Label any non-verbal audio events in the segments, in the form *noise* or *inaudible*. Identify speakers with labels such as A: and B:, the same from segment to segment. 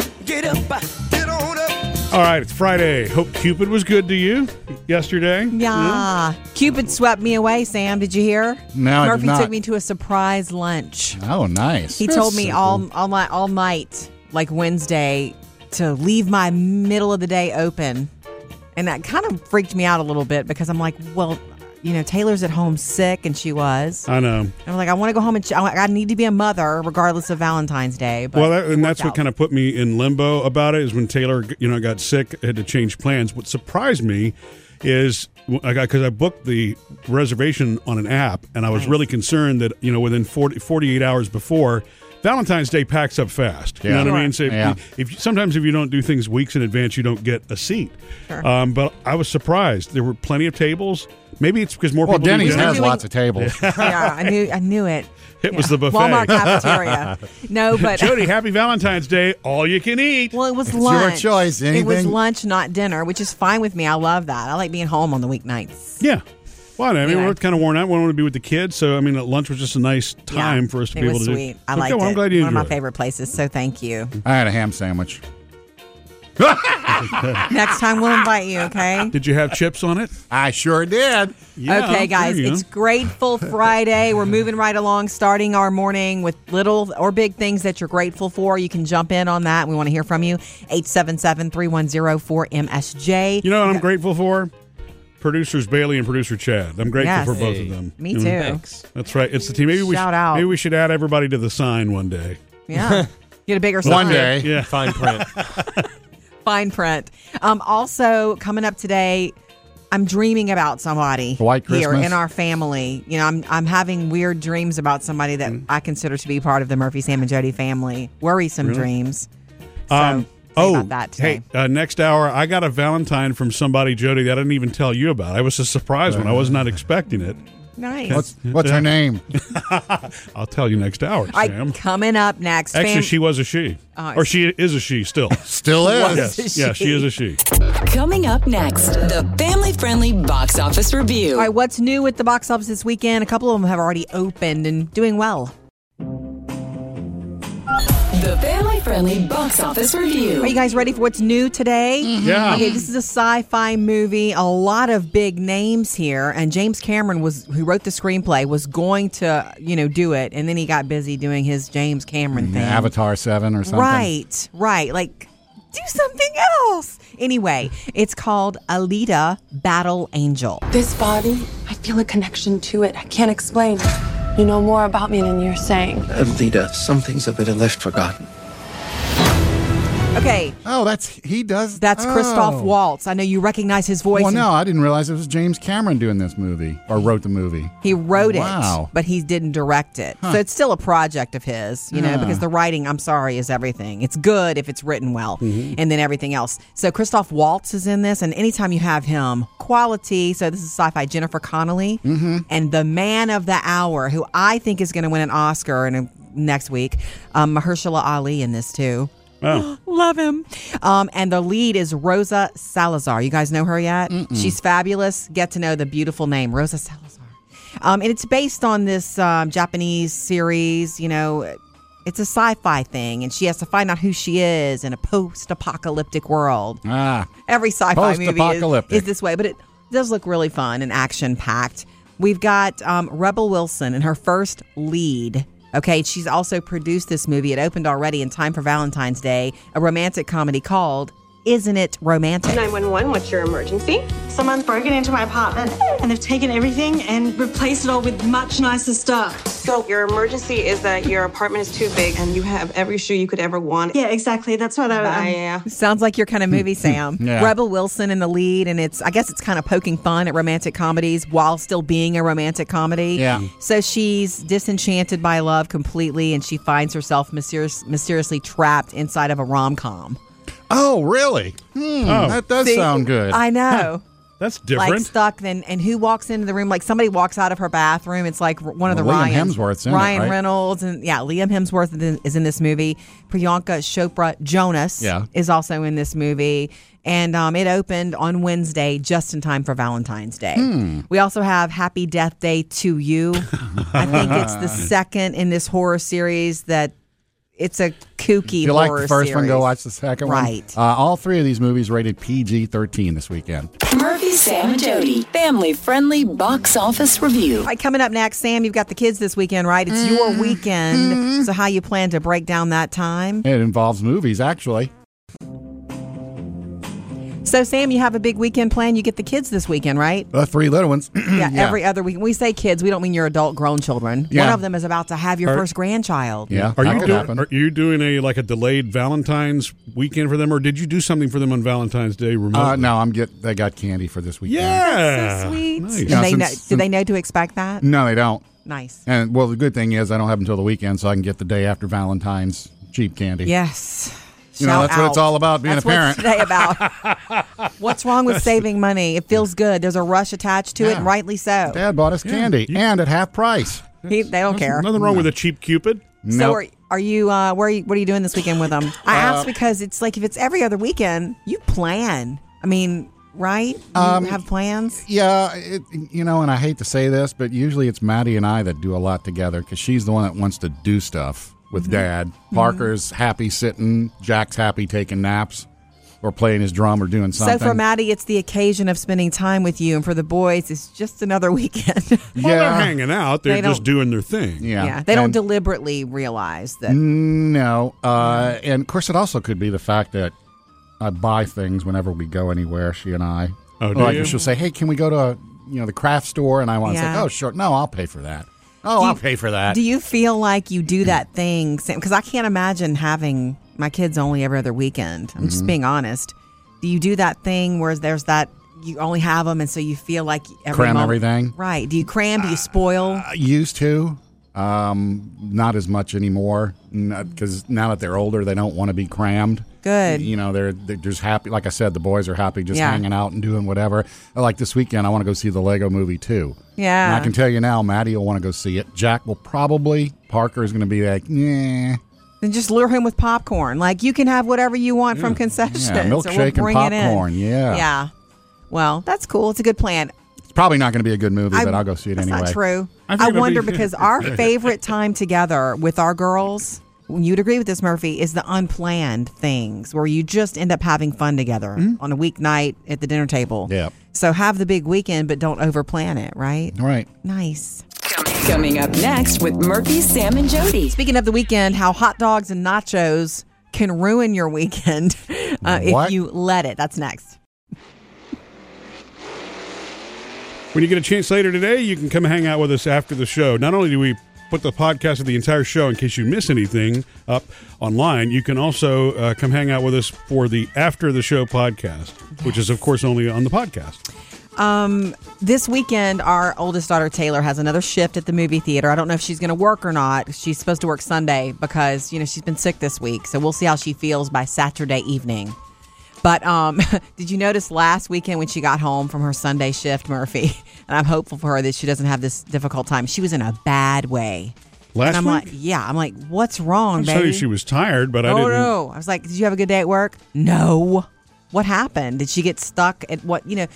A: up, get on up.
B: All right, it's Friday. Hope Cupid was good to you yesterday.
C: Yeah.
B: Mm-hmm.
C: Cupid swept me away, Sam. Did you hear?
D: No, I did
C: Murphy
D: not.
C: took me to a surprise lunch.
D: Oh, nice.
C: He told me all all night all night, like Wednesday, to leave my middle of the day open. And that kind of freaked me out a little bit because I'm like, well, you know, Taylor's at home sick and she was.
B: I know.
C: And I'm like, I want to go home and ch- I I need to be a mother regardless of Valentine's Day. But
B: well, that, and that's what
C: out.
B: kind of put me in limbo about it is when Taylor, you know, got sick, had to change plans. What surprised me is I got because I booked the reservation on an app, and I was really concerned that you know within 40, 48 hours before. Valentine's Day packs up fast. You know
D: Yeah.
B: what I mean? So
D: Sure.
B: if,
D: Yeah.
B: if sometimes if you don't do things weeks in advance, you don't get a seat. Um, but I was surprised there were plenty of tables. Maybe it's because more
D: Well,
B: people. do
D: Denny's
B: dinner.
D: has
C: Doing-
D: lots of tables.
C: yeah, I knew I knew it.
B: *laughs* It was the buffet. *laughs*
C: Walmart cafeteria. no, but *laughs*
B: Jody, happy Valentine's Day! All you can eat.
C: Well, it was
D: your
C: lunch.
D: choice.
C: It was
D: Anything-
C: lunch, not dinner, which is fine with me. I love that. I like being home on the weeknights.
B: Yeah. Well, I mean,
C: Anyway.
B: we're kind of worn out. We don't want to be with the kids. So, I mean, at lunch was just a nice time
C: Yeah,
B: for us to
C: it
B: be able
C: was
B: to
C: sweet.
B: do.
C: I
B: Okay,
C: liked
B: well,
C: it.
B: I'm glad you
C: One of my
B: enjoyed it.
C: favorite places. So thank you.
D: I had a ham sandwich.
C: Next time we'll invite you. Okay.
B: Did you have chips on
C: *laughs*
B: it?
D: I sure did.
B: *laughs* Yeah, there
C: okay, guys,
B: you go.
C: it's Grateful Friday. We're moving right along, starting our morning with little or big things that you're grateful for. You can jump in on that. We want to hear from you. 877 310 4MSJ.
B: You know what I'm grateful for? Producers Bailey and producer Chad. I'm grateful
C: Yes.
B: for both of them.
C: Me
B: You know?
C: too.
B: That's right. It's the team. Maybe we
C: Shout
B: should,
C: out.
B: Maybe we should add everybody to the sign one day. *laughs*
C: Yeah. Get a bigger
D: One
C: sign.
D: day.
B: Yeah.
E: Fine print.
C: fine print. Um, also coming up today, I'm dreaming about somebody
D: White
C: here
D: Christmas?
C: in our family. You know, I'm I'm having weird dreams about somebody that I consider to be part of the Murphy Sam and Jody family. Worrisome dreams. So, say
B: oh,
C: about that today.
B: hey, uh, next hour, I got a Valentine from somebody, Jody, that I didn't even tell you about. I was a surprise one. I was not expecting it.
C: nice.
D: What's what's her name?
B: I'll tell you next hour,
C: All right,
B: Sam.
C: coming up next,
B: Actually,
C: fam-
B: she was a she.
C: Oh,
B: or she is a she
C: *laughs*
B: still.
D: Still is.
B: yes. Yeah, she is a she.
F: Coming up next, the family friendly box office review.
C: All right, what's new at the box office this weekend? A couple of them have already opened and doing well.
F: the family friendly box office review.
C: Are you guys ready for what's new today?
D: Mm-hmm.
B: Yeah.
C: Okay, this is a sci-fi movie. A lot of big names here, and James Cameron was who wrote the screenplay was going to you know do it, and then he got busy doing his James Cameron thing.
D: Avatar 7 or something.
C: Right, right. Like, do something else. Anyway, it's called Alita: Battle Angel.
G: This body, I feel a connection to it. I can't explain. You know more about me than you're saying.
H: Alita, some things have been left forgotten.
C: Okay,
D: Oh, that's he does.
C: that's
D: oh.
C: Christoph Waltz. I know you recognize his voice.
D: Well,
C: and
D: no, I didn't realize it was James Cameron doing this movie or wrote the movie.
C: He wrote
D: Wow.
C: it, but he didn't direct it. So it's still a project of his, you know, because the writing, I'm sorry, is everything. It's good if it's written well, and then everything else. So Christoph Waltz is in this, and anytime you have him, quality. So this is sci fi Jennifer Connelly, and the man of the hour, who I think is going to win an Oscar in a, next week, um, Mahershala Ali in this too.
B: Oh.
C: Love him. Um, and the lead is Rosa Salazar. You guys know her yet? She's fabulous. Get to know the beautiful name, Rosa Salazar. Um, and it's based on this um, Japanese series, you know, it's a sci fi thing. And she has to find out who she is in a post apocalyptic world.
D: Ah,
C: Every sci fi movie is,
D: Post-apocalyptic.
C: is this way, but it does look really fun and action packed. We've got um, Rebel Wilson in her first lead. Okay, she's also produced this movie. It opened already in time for Valentine's Day, a romantic comedy called Isn't It Romantic?
I: 911, what's your emergency?
J: Someone's broken into my apartment and they've taken everything and replaced it all with much nicer stuff.
I: So, your emergency is that your apartment is too big and you have every shoe you could ever want.
J: Yeah, exactly. That's what I. Um,
I: Yeah.
C: Sounds like your kind of movie, Sam.
D: Hmm. Yeah.
C: Rebel Wilson in the lead, and it's I guess it's kind of poking fun at romantic comedies while still being a romantic comedy.
D: Yeah.
C: So she's disenchanted by love completely, and she finds herself mysterious, mysteriously trapped inside of a rom com.
D: oh, really? Hmm,
B: Oh.
D: that does sound good.
C: I know.
B: That's
C: Like
B: different.
C: stuck, then and who walks into the room? Like somebody walks out of her bathroom. It's like r- one of the
D: Well, Liam
C: Ryans.
D: Hemsworth's in it,
C: Ryan
D: right?
C: Reynolds and yeah, Liam Hemsworth is in- is in this movie. Priyanka Chopra Jonas
D: Yeah.
C: is also in this movie, and um, it opened on Wednesday, just in time for Valentine's Day.
D: Hmm.
C: We also have Happy
D: *laughs*
C: Death Day to You. I think it's the second in this horror series that it's a kooky.
D: If you like
C: horror
D: the first one, go
C: series.
D: watch the second one.
C: Right.
D: Uh, all three of these movies rated PG 13 this weekend.
F: Murphy, Sam, and Jody. Family friendly box office review.
C: All right, coming up next, Sam, you've got the kids this weekend, right? It's
D: Mm-hmm.
C: your weekend. So, how you plan to break down that time?
D: It involves movies, actually.
C: So, Sam, you have a big weekend plan. You get the kids this weekend, right?
D: The three little ones. *clears throat*
C: Yeah, every other week. When we say kids, we don't mean your adult grown children. One
D: Yeah.
C: of them is about to have your
B: Are-
C: first grandchild.
D: Yeah,
B: Are
D: that
B: you
D: could
B: doing,
D: happen.
B: are you doing a like a delayed Valentine's weekend for them, or did you do something for them on Valentine's Day remotely?
D: Uh, no, I'm get. They got candy for this weekend.
B: Yeah.
C: So sweet.
B: Nice.
C: And
D: Yeah,
C: they know,
D: since-
C: do they know to expect that?
D: No, they don't.
C: Nice.
D: And well, the good thing is I don't have until the weekend, so I can get the day after Valentine's cheap candy.
C: Yes.
D: You know,
C: Shout
D: that's what it's
C: out.
D: all about, being
C: That's
D: a
C: what
D: parent.
C: today about.
D: *laughs*
C: What's wrong with saving money? It feels good. There's a rush attached to it, and
D: Yeah.
C: rightly so.
D: Dad bought us candy
B: you-
D: and at half price.
C: He, they don't care.
B: Nothing wrong with a cheap Cupid.
C: So
D: Nope. Uh,
C: are, are you? Uh, where? Are you, what are you doing this weekend with them?
D: *laughs*
C: I ask because it's like if it's every other weekend, you plan. I mean, right? You
D: Um,
C: have plans.
D: Yeah, it, you know, and I hate to say this, but usually it's Maddie and I that do a lot together because she's the one that wants to do stuff
B: Mm-hmm.
D: with Dad. Parker's happy sitting, Jack's happy taking naps, or playing his drum, or doing something.
C: So for Maddie, it's the occasion of spending time with you, and for the boys, it's just another *laughs* weekend.
B: Well, they're
D: Yeah.
B: hanging out. They're
C: They
B: just
C: don't-
B: doing their thing.
D: yeah,
C: yeah. they don't
D: And-
C: deliberately realize that.
D: No, uh, and of course, it also could be the fact that I buy things whenever we go anywhere. She and I,
B: Oh, do
D: like
B: you?
D: she'll say, "Hey, can we go to you know the craft store?" And I want to
C: Yeah.
D: say, "Oh, sure, no, I'll pay for that. Oh,
C: Do you-
D: I'll pay for that."
C: Do you feel like you do that thing, Because I can't imagine having my kids only every other weekend. I'm
D: Mm-hmm.
C: just being honest. Do you do that thing where there's that you only have them, and so you feel like every
D: Cram
C: moment-
D: everything? Uh,
C: Right? Do you cram? Do you spoil?
D: I used to, um, not as much anymore because now that they're older, they don't want to be crammed.
C: Good.
D: You know, they're they're just happy. Like I said, the boys are happy just
C: Yeah.
D: hanging out and doing whatever. Like this weekend, I want to go see the Lego Movie too.
C: Yeah.
D: And I can tell you now, Maddie will want to go see it. Jack will probably. Parker is going to be like, yeah,
C: Then just lure him with popcorn. Like you can have whatever you want from concessions.
D: Mm. Yeah,
C: and we'll
D: milkshake and
C: bring it in.
D: popcorn, yeah.
C: Yeah. Well, that's cool. It's a good plan.
D: it's probably not going to be a good movie,
C: I-
D: but I'll go see it
C: that's
D: anyway.
C: not true.
B: I
C: I,
B: think it'll *laughs*
C: wonder
B: be-
C: because our favorite time together with our girls, you'd agree with this, Murphy, is the unplanned things where you just end up having fun together
B: Hmm?
C: on a weeknight at the dinner table.
D: Yep.
C: So have the big weekend, but don't overplan it, right?
D: All right.
C: Nice.
F: Coming up next with Murphy, Sam, and Jody.
C: Speaking of the weekend, how hot dogs and nachos can ruin your weekend *laughs* uh, if
D: What?
C: you let it. That's next.
B: When you get a chance later today, you can come hang out with us after the show. Not only do we put the podcast of the entire show in case you miss anything up online, you can also uh, come hang out with us for the after the show podcast, which is of course only on the podcast.
C: This weekend, our oldest daughter Taylor has another shift at the movie theater. I don't know if she's going to work or not. She's supposed to work Sunday because you know she's been sick this week, so we'll see how she feels by Saturday evening. But um, *laughs* did you notice last weekend when she got home from her Sunday shift, Murphy? *laughs* And I'm hopeful for her that she doesn't have this difficult time. She was in a bad way.
B: Last
C: and I'm
B: week,
C: like, yeah, I'm like, what's wrong,
B: I'm
C: baby?
B: sorry she was tired, but I
C: oh
B: didn't.
C: no! I was like, "Did you have a good day at work?" No. What happened? Did she get stuck at what you know?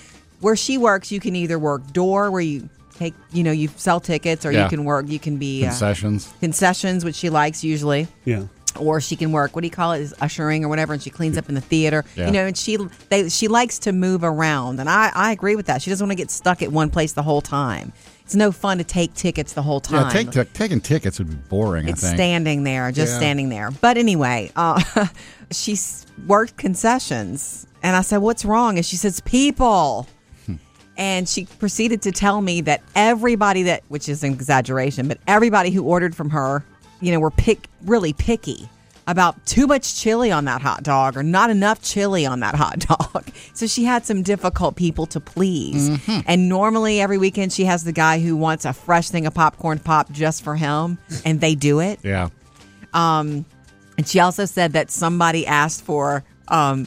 C: Where she works, you can either work door, where you take you know you sell tickets, or you
D: Yeah.
C: can work. You can be uh,
D: Concessions.
C: concessions, which she likes usually,
B: Yeah.
C: or she can work. What do you call it? Is ushering or whatever, and she cleans up in the theater.
D: Yeah.
C: You know, and she they she likes to move around, and I I agree with that. She doesn't want to get stuck at one place the whole time. It's no fun to take tickets the whole time
D: Yeah, take, tic- taking tickets would be boring,
C: it's
D: I think.
C: standing there, just
D: Yeah.
C: standing there. But anyway, uh, *laughs* she s- worked concessions, and I said, "What's wrong?" And she says, "People." And she proceeded to tell me that everybody that, which is an exaggeration, but everybody who ordered from her, you know, were pick really picky about too much chili on that hot dog or not enough chili on that *laughs* hot dog. So she had some difficult people to please.
D: Mm-hmm.
C: And normally every weekend she has the guy who wants a fresh thing of popcorn pop just for him, and they do it.
D: yeah.
C: And she also said that somebody asked for um,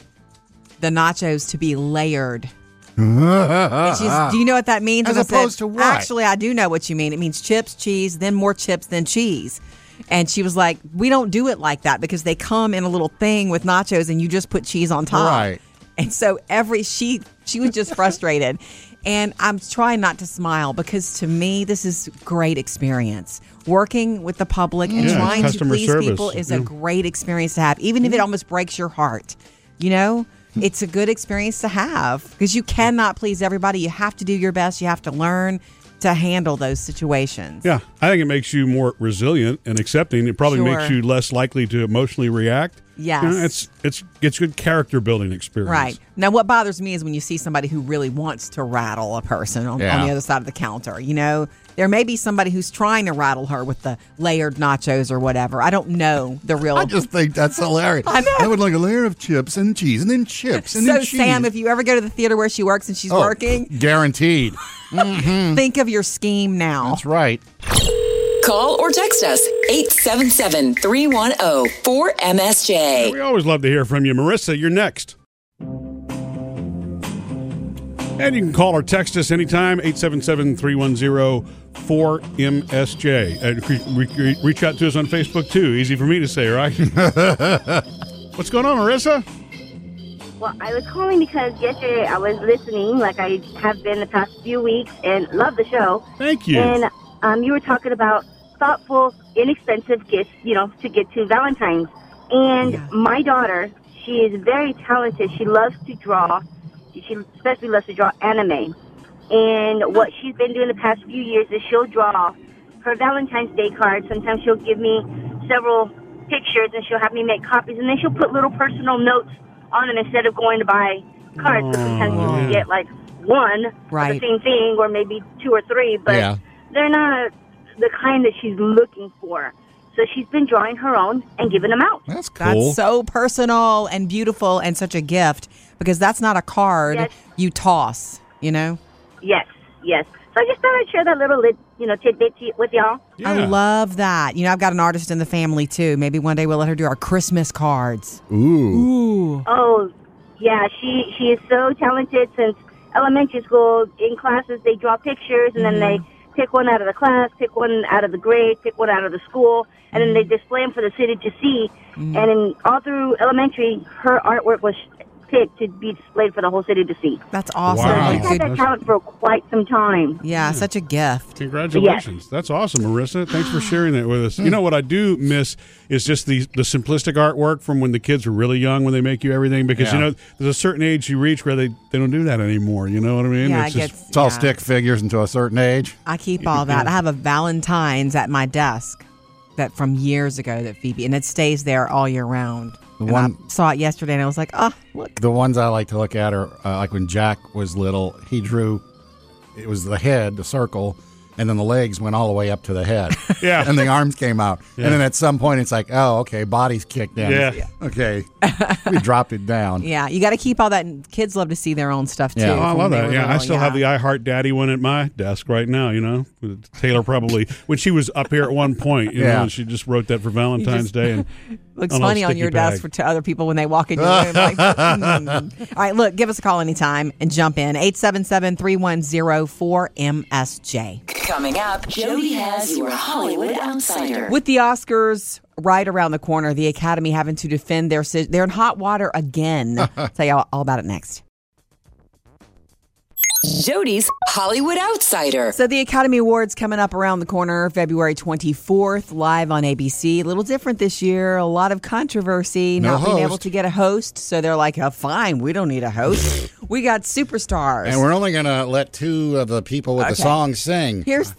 C: the nachos to be layered. And
D: *laughs*
C: she's, do you know what that means?
D: As
C: And I said,
D: opposed to what?
C: Actually, I do know what you mean. It means chips, cheese, then more chips, then cheese. And she was like, "We don't do it like that because they come in a little thing with nachos, and you just put cheese on top."
D: Right.
C: And so every she she was just *laughs* frustrated. And I'm trying not to smile because to me this is great experience. working with the public and
B: Yeah, it's
C: trying to
B: customer
C: please
B: service,
C: people is
B: yeah.
C: a great experience to have, even if it almost breaks your heart. You know, it's a good experience to have because you cannot please everybody. You have to do your best. You have to learn to handle those situations.
B: Yeah, I think it makes you more resilient and accepting. It probably makes
C: Sure.
B: you less likely to emotionally react.
C: Yes.
B: You know, it's it's it's good character building experience.
C: Right. Now, what bothers me is when you see somebody who really wants to rattle a person on, on
D: Yeah.
C: the other side of the counter. You know, there may be somebody who's trying to rattle her with the layered nachos or whatever. I don't know the real.
D: I just think that's hilarious. I,
C: know.
D: would like a layer of chips and cheese, and then chips, and
C: so,
D: then cheese.
C: Sam, if you ever go to the theater where she works and she's
D: Oh,
C: working,
D: guaranteed.
C: think of your scheme now.
D: That's right.
F: Call or text us 877 310 4MSJ.
B: We always love to hear from you, Marissa. You're next. And you can call or text us anytime, 877-310-4MSJ. And Uh, re- re- reach out to us on Facebook, too. Easy for me to say,
C: *laughs*
B: right? What's going on, Marissa?
E: Well, I was calling because yesterday I was listening, like I have been the past few weeks, and love the show.
B: Thank you.
E: And um, you were talking about thoughtful, inexpensive gifts, you know, to get to Valentine's. And my daughter, she is very talented. She loves to draw. She especially loves to draw anime. And what she's been doing the past few years is she'll draw her Valentine's Day card. Sometimes she'll give me several pictures and she'll have me make copies. And then she'll put little personal notes on them instead of going to buy cards. But sometimes
D: Oh.
E: you
B: yeah.
E: can get like one
C: Right.
E: of the same thing or maybe two or three. But
D: Yeah.
E: they're not the kind that she's looking for. So she's been drawing her own and giving them out.
D: That's
C: That's
D: cool.
C: so personal and beautiful and such a gift because that's not a card
E: Yes.
C: you toss, you know?
E: Yes, yes. So I just thought I'd share that little, lit, you know, tidbit to- with y'all.
C: I
B: Yeah.
C: love that. You know, I've got an artist in the family too. Maybe one day we'll let her do our Christmas cards.
D: Ooh.
C: Ooh.
E: Oh, yeah. She she is so talented. Since elementary school, in classes they draw pictures and then they
K: Mm-hmm.
E: pick one out of the class, pick one out of the grade, pick one out of the school, and then they
K: Mm-hmm.
E: display them for the city to see. And in, all through elementary, her artwork was picked to be displayed for the whole city to see.
C: That's awesome.
K: Oh,
B: Wow.
E: She's
C: What a
E: had
C: good-
E: that talent for quite some time.
C: yeah, such a gift.
B: Congratulations. That's awesome, Marissa. Thanks for sharing that with us. You know what I do miss is just the the simplistic artwork from when the kids were really young when they make you everything because you
D: Yeah.
B: know there's a certain age you reach where they, they don't do that anymore. You know what I mean?
C: yeah, I
B: It's
C: get.
B: just-
D: It's all
C: yeah.
D: stick figures until a certain age.
C: I keep all that. I have a Valentine's at my desk that from years ago that Phoebe, and it stays there all year round.
D: The
C: And I
D: one-
C: saw it yesterday, and I was like, oh, look.
D: The ones I like to look at are uh, like when Jack was little, he drew, it was the head, the circle, and then the legs went all the way up to the head.
B: *laughs* Yeah.
D: And the arms came out.
B: Yeah.
D: And then at some point, it's like, oh, okay, body's kicked in.
B: Yeah. Yeah.
D: Okay. we dropped it down.
C: *laughs* Yeah, you got to keep all that. and Kids love to see their own stuff too.
D: Yeah.
B: Oh, I love
C: from when they
B: that.
C: were
B: Yeah, I
C: little,
B: still
C: yeah.
B: have the I Heart Daddy one at my desk right now. You know, Taylor probably when she was up here at one point. You know,
D: Yeah.
B: and she just wrote that for Valentine's Day. And
C: Looks
B: on a
C: funny on
B: sticky
C: your
B: bag.
C: desk for to other people when they walk in your room. Like, mm. *laughs* All right, look, give us a call anytime and jump in 877-310-4MSJ.
F: Coming up, Jody has your Hollywood Outsider.
C: With the Oscars right around the corner, the Academy having to defend their si- they're in hot water again. Tell you all, all about it next.
F: Jody's Hollywood Outsider.
C: So the Academy Awards coming up around the corner, February 24th, live on ABC. A little different this year. A lot of controversy,
D: No
C: not being able
D: host.
C: to get a host. So they're like, oh, fine, we don't need a host. we got superstars.
D: And we're only going to let two of the people with the
C: Okay.
D: song sing.
C: Here's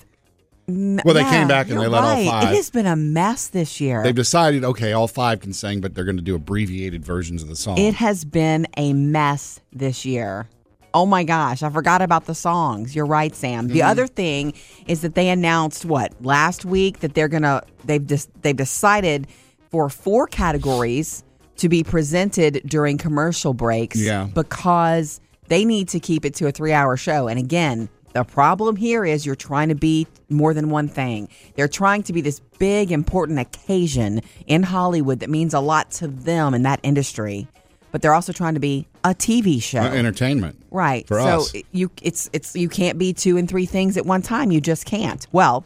D: well, they
C: yeah,
D: came back and they
C: you're
D: let
C: right.
D: all five.
C: It has been a mess this year.
D: They've decided, okay, all five can sing, but they're going to do abbreviated versions of the song.
C: It has been a mess this year. Oh my gosh, I forgot about the songs. You're right, Sam. The other thing is that they announced what last week that they're gonna they've just they've decided for four categories to be presented during commercial breaks.
D: Yeah.
C: because they need to keep it to a three hour show. And again, the problem here is you're trying to be more than one thing. They're trying to be this big, important occasion in Hollywood that means a lot to them in that industry, but they're also trying to be a TV show.
D: Uh, entertainment.
C: Right.
D: For
C: so
D: us.
C: it- you it's it's you can't be two and three things at one time. You just can't. Well,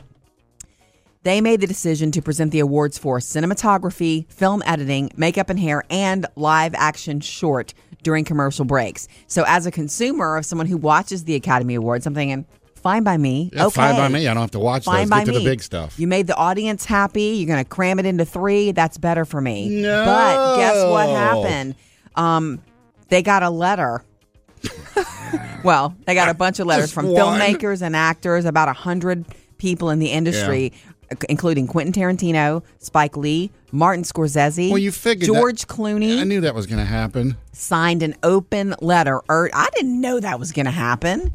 C: they made the decision to present the awards for cinematography, film editing, makeup and hair, and live action short during commercial breaks. So as a consumer of someone who watches the Academy Awards, I'm thinking Fine by me.
D: Yeah,
C: okay.
D: Fine by me. I don't have to watch
C: Fine
D: those.
C: by
D: Get to
C: me.
D: the big stuff.
C: You made the audience happy. You're going to cram it into three. That's better for me. But guess what
D: No.
C: happened? Um, they got
D: *laughs*
C: a letter. well, they got a bunch of letters
D: Just
C: from
D: one.
C: filmmakers and actors, about a hundred people in the industry, including Quentin Tarantino, Spike Lee, Martin Scorsese.
D: well, you figured that-
C: George Clooney
D: I knew that was going to
C: *laughs*
D: happen.
C: signed an open letter. Ur- I didn't know that was going to happen.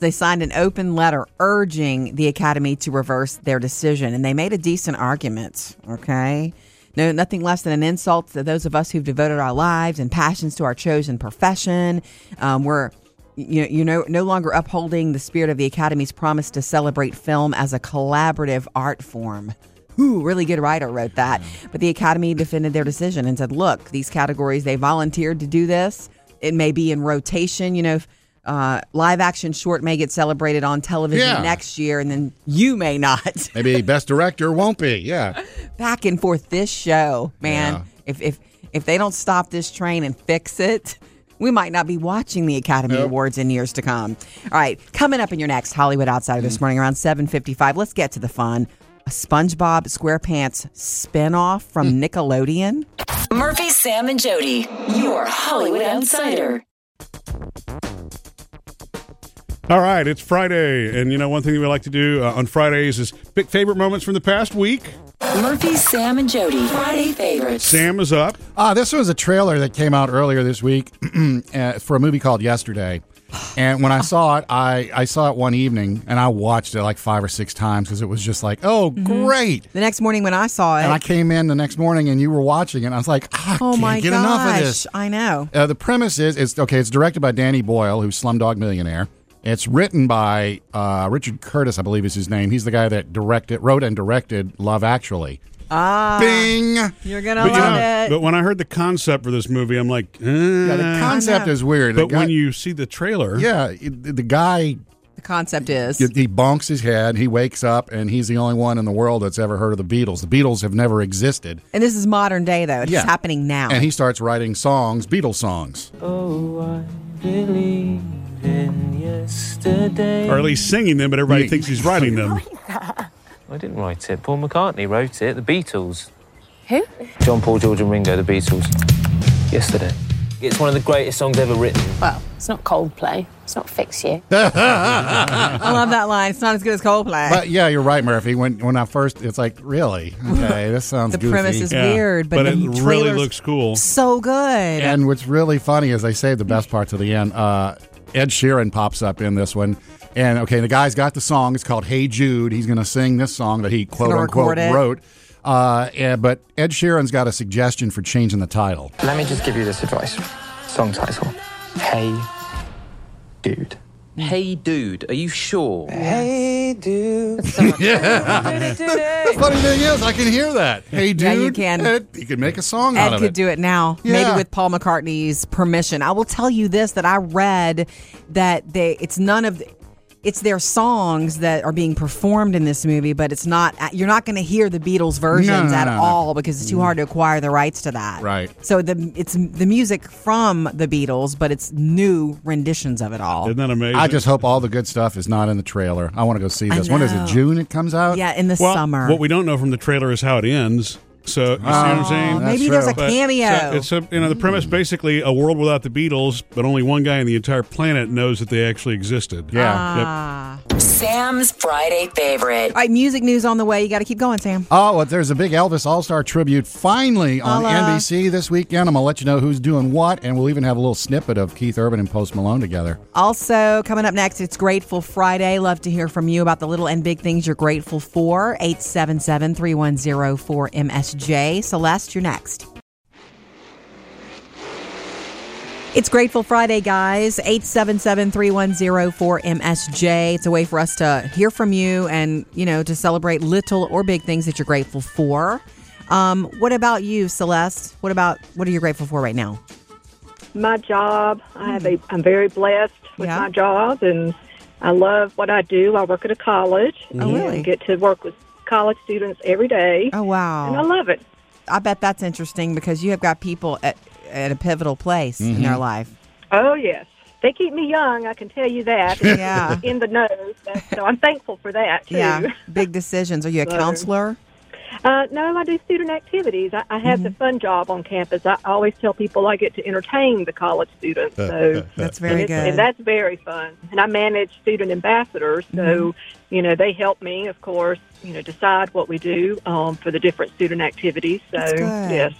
C: They signed an open letter urging the academy to reverse their decision, and they made a decent argument. Okay, no, nothing less than an insult to those of us who've devoted our lives and passions to our chosen profession. Um, we're you know, you're no, no longer upholding the spirit of the Academy's promise to celebrate film as a collaborative art form. Who really good writer wrote that? But the Academy defended their decision and said, look, these categories, they volunteered to do this. It may be in rotation. You know, if, uh, live action short may get celebrated on television
D: Yeah.
C: next year, and then you may not. *laughs*
D: Maybe best director won't be. Yeah.
C: Back and forth this show, man.
D: Yeah.
C: If, if, if they don't stop this train and fix it, we might not be watching the Academy
D: Nope.
C: Awards in years to come. All right, coming up in your next Hollywood Outsider
D: Mm.
C: this morning around 7:55. Let's get to the fun. A SpongeBob SquarePants spinoff
D: Hmm.
C: from Nickelodeon.
F: Murphy, Sam, and Jody, your Hollywood Outsider.
B: All right, it's Friday, and you know one thing we like to do uh, on Fridays is pick favorite moments from the past week.
F: Murphy, Sam, and Jody, Friday favorites.
B: Sam is up.
D: Ah, this was a trailer that came out earlier this week *clears throat* uh, for a movie called Yesterday. And when I saw it, I, I saw it one evening and I watched it like five or six times because it was just like, oh, great.
C: The next morning when I saw it,
D: And I came in the next morning and you were watching it. And I was like, ah, I
C: oh
D: can't
C: my
D: get
C: gosh,
D: enough of this.
C: I know.
D: Uh, the premise is it's okay. It's directed by Danny Boyle, who's Slumdog Millionaire. It's written by uh, Richard Curtis, I believe is his name. He's the guy that directed, wrote, and directed Love Actually. Ah, Bing.
C: You're gonna
B: But, you
C: love
B: know,
C: it.
B: but when I heard the concept for this movie, I'm like, eh.
D: Yeah, the concept is weird. The
B: but when
D: guy-
B: you see the trailer,
D: yeah, it- the guy
C: the concept is
D: he he bonks his head. He wakes up, and he's the only one in the world that's ever heard of the Beatles. The Beatles have never existed,
C: and this is modern day though. It's
D: Yeah.
C: happening now.
D: and he starts writing songs, Beatles songs.
C: Oh.
B: or at least singing them, but everybody thinks he's writing them.
L: I didn't write it. Paul McCartney wrote it. The Beatles.
G: Who?
L: John Paul, George, and Ringo, the Beatles. Yesterday. It's one of the greatest songs ever written.
G: Well, it's not Coldplay. It's not Fix You.
C: I
D: *laughs*
C: love that line. It's not as good as Coldplay.
D: But yeah, you're right, Murphy. When when I first, it's like really
C: *laughs*
D: okay. This sounds
C: the
D: goofy.
C: premise is
B: Yeah.
C: weird, but,
B: But
C: the
B: it really
C: trailer's
B: looks cool.
C: So good.
D: And what's really funny is they save the best part to the end. Uh, Ed Sheeran pops up in this one. And okay, the guy's got the song. It's called Hey Jude. He's going to sing this song that he quote
C: gonna
D: unquote
C: record it.
D: wrote. Uh, and, but Ed Sheeran's got a suggestion for changing the title.
L: Let me just give you this advice. Song title. Hey, dude. Hey, dude. Are you sure?
D: The funny thing is, I can hear that. Hey Dude.
C: Yeah, you can.
D: Ed, he could make a song out
C: Ed
D: of
C: could
D: it.
C: do it now, maybe
D: Yeah.
C: with Paul McCartney's permission. I will tell you this: that I read that they it's none of the, it's their songs that are being performed in this movie, but it's not you're not going to hear the Beatles versions
D: no,
C: at
D: no, no.
C: all because it's too hard to acquire the rights to that.
D: Right.
C: So the it's the music from the Beatles, but it's new renditions of it all.
B: Isn't that amazing?
D: I just hope all the good stuff is not in the trailer. I want to go see
C: I
D: this. When is
C: know.
D: it? June it comes out?
C: Yeah, in the
B: well,
C: summer.
B: What we don't know from the trailer is how it ends. So you see what I'm saying?
D: Oh, that's
C: maybe there's a
D: true.
B: But-
C: cameo.
B: so it's a, you know the premise basically a world without the Beatles, but only one guy in the entire planet knows that they actually existed.
D: Yeah.
B: Yep.
C: Ah.
F: Sam's Friday favorite.
C: all right, music news on the way. You got to keep going, Sam.
D: Oh, well, there's a big Elvis All Star tribute finally on
C: Holla.
D: NBC this weekend. I'm going to let you know who's doing what, and we'll even have a little snippet of Keith Urban and Post Malone together.
C: Also, coming up next, it's Grateful Friday. Love to hear from you about the little and big things you're grateful for. 877 310 4MSJ. Celeste, you're next. It's Grateful Friday, guys. 877 310 4MSJ. It's a way for us to hear from you and, you know, to celebrate little or big things that you're grateful for. Um, what about you, Celeste? What about what are you grateful for right now?
E: my job. I have a, I'm very blessed with
C: Hmm. Yeah.
E: my job, and I love what I do. I work at a college.
C: Oh,
E: and
C: really?
E: get to work with college students every day,
C: Oh, wow.
E: and I love it.
C: I bet that's
B: Mm-hmm. *laughs*
C: interesting because you have got people at, at a pivotal place in their life.
E: Oh yes,
M: They keep me young, I can tell you that. *laughs*
C: *laughs* Yeah.
M: In the nose. So I'm thankful for that, too.
C: Yeah, big decisions. Are you a
M: So-
C: counselor?
M: Uh, no, I do student activities. I, I have
C: Mm-hmm.
M: the fun job on campus. I always tell people I get to entertain the college students.
C: Uh,
M: So
C: That's very
M: and it's-
C: good.
M: and that's very fun. And I manage student ambassadors, so
C: Mhm.
M: you know they help me, of course. You know, decide what we do um, for the different student activities. So
C: That's good.
M: yes,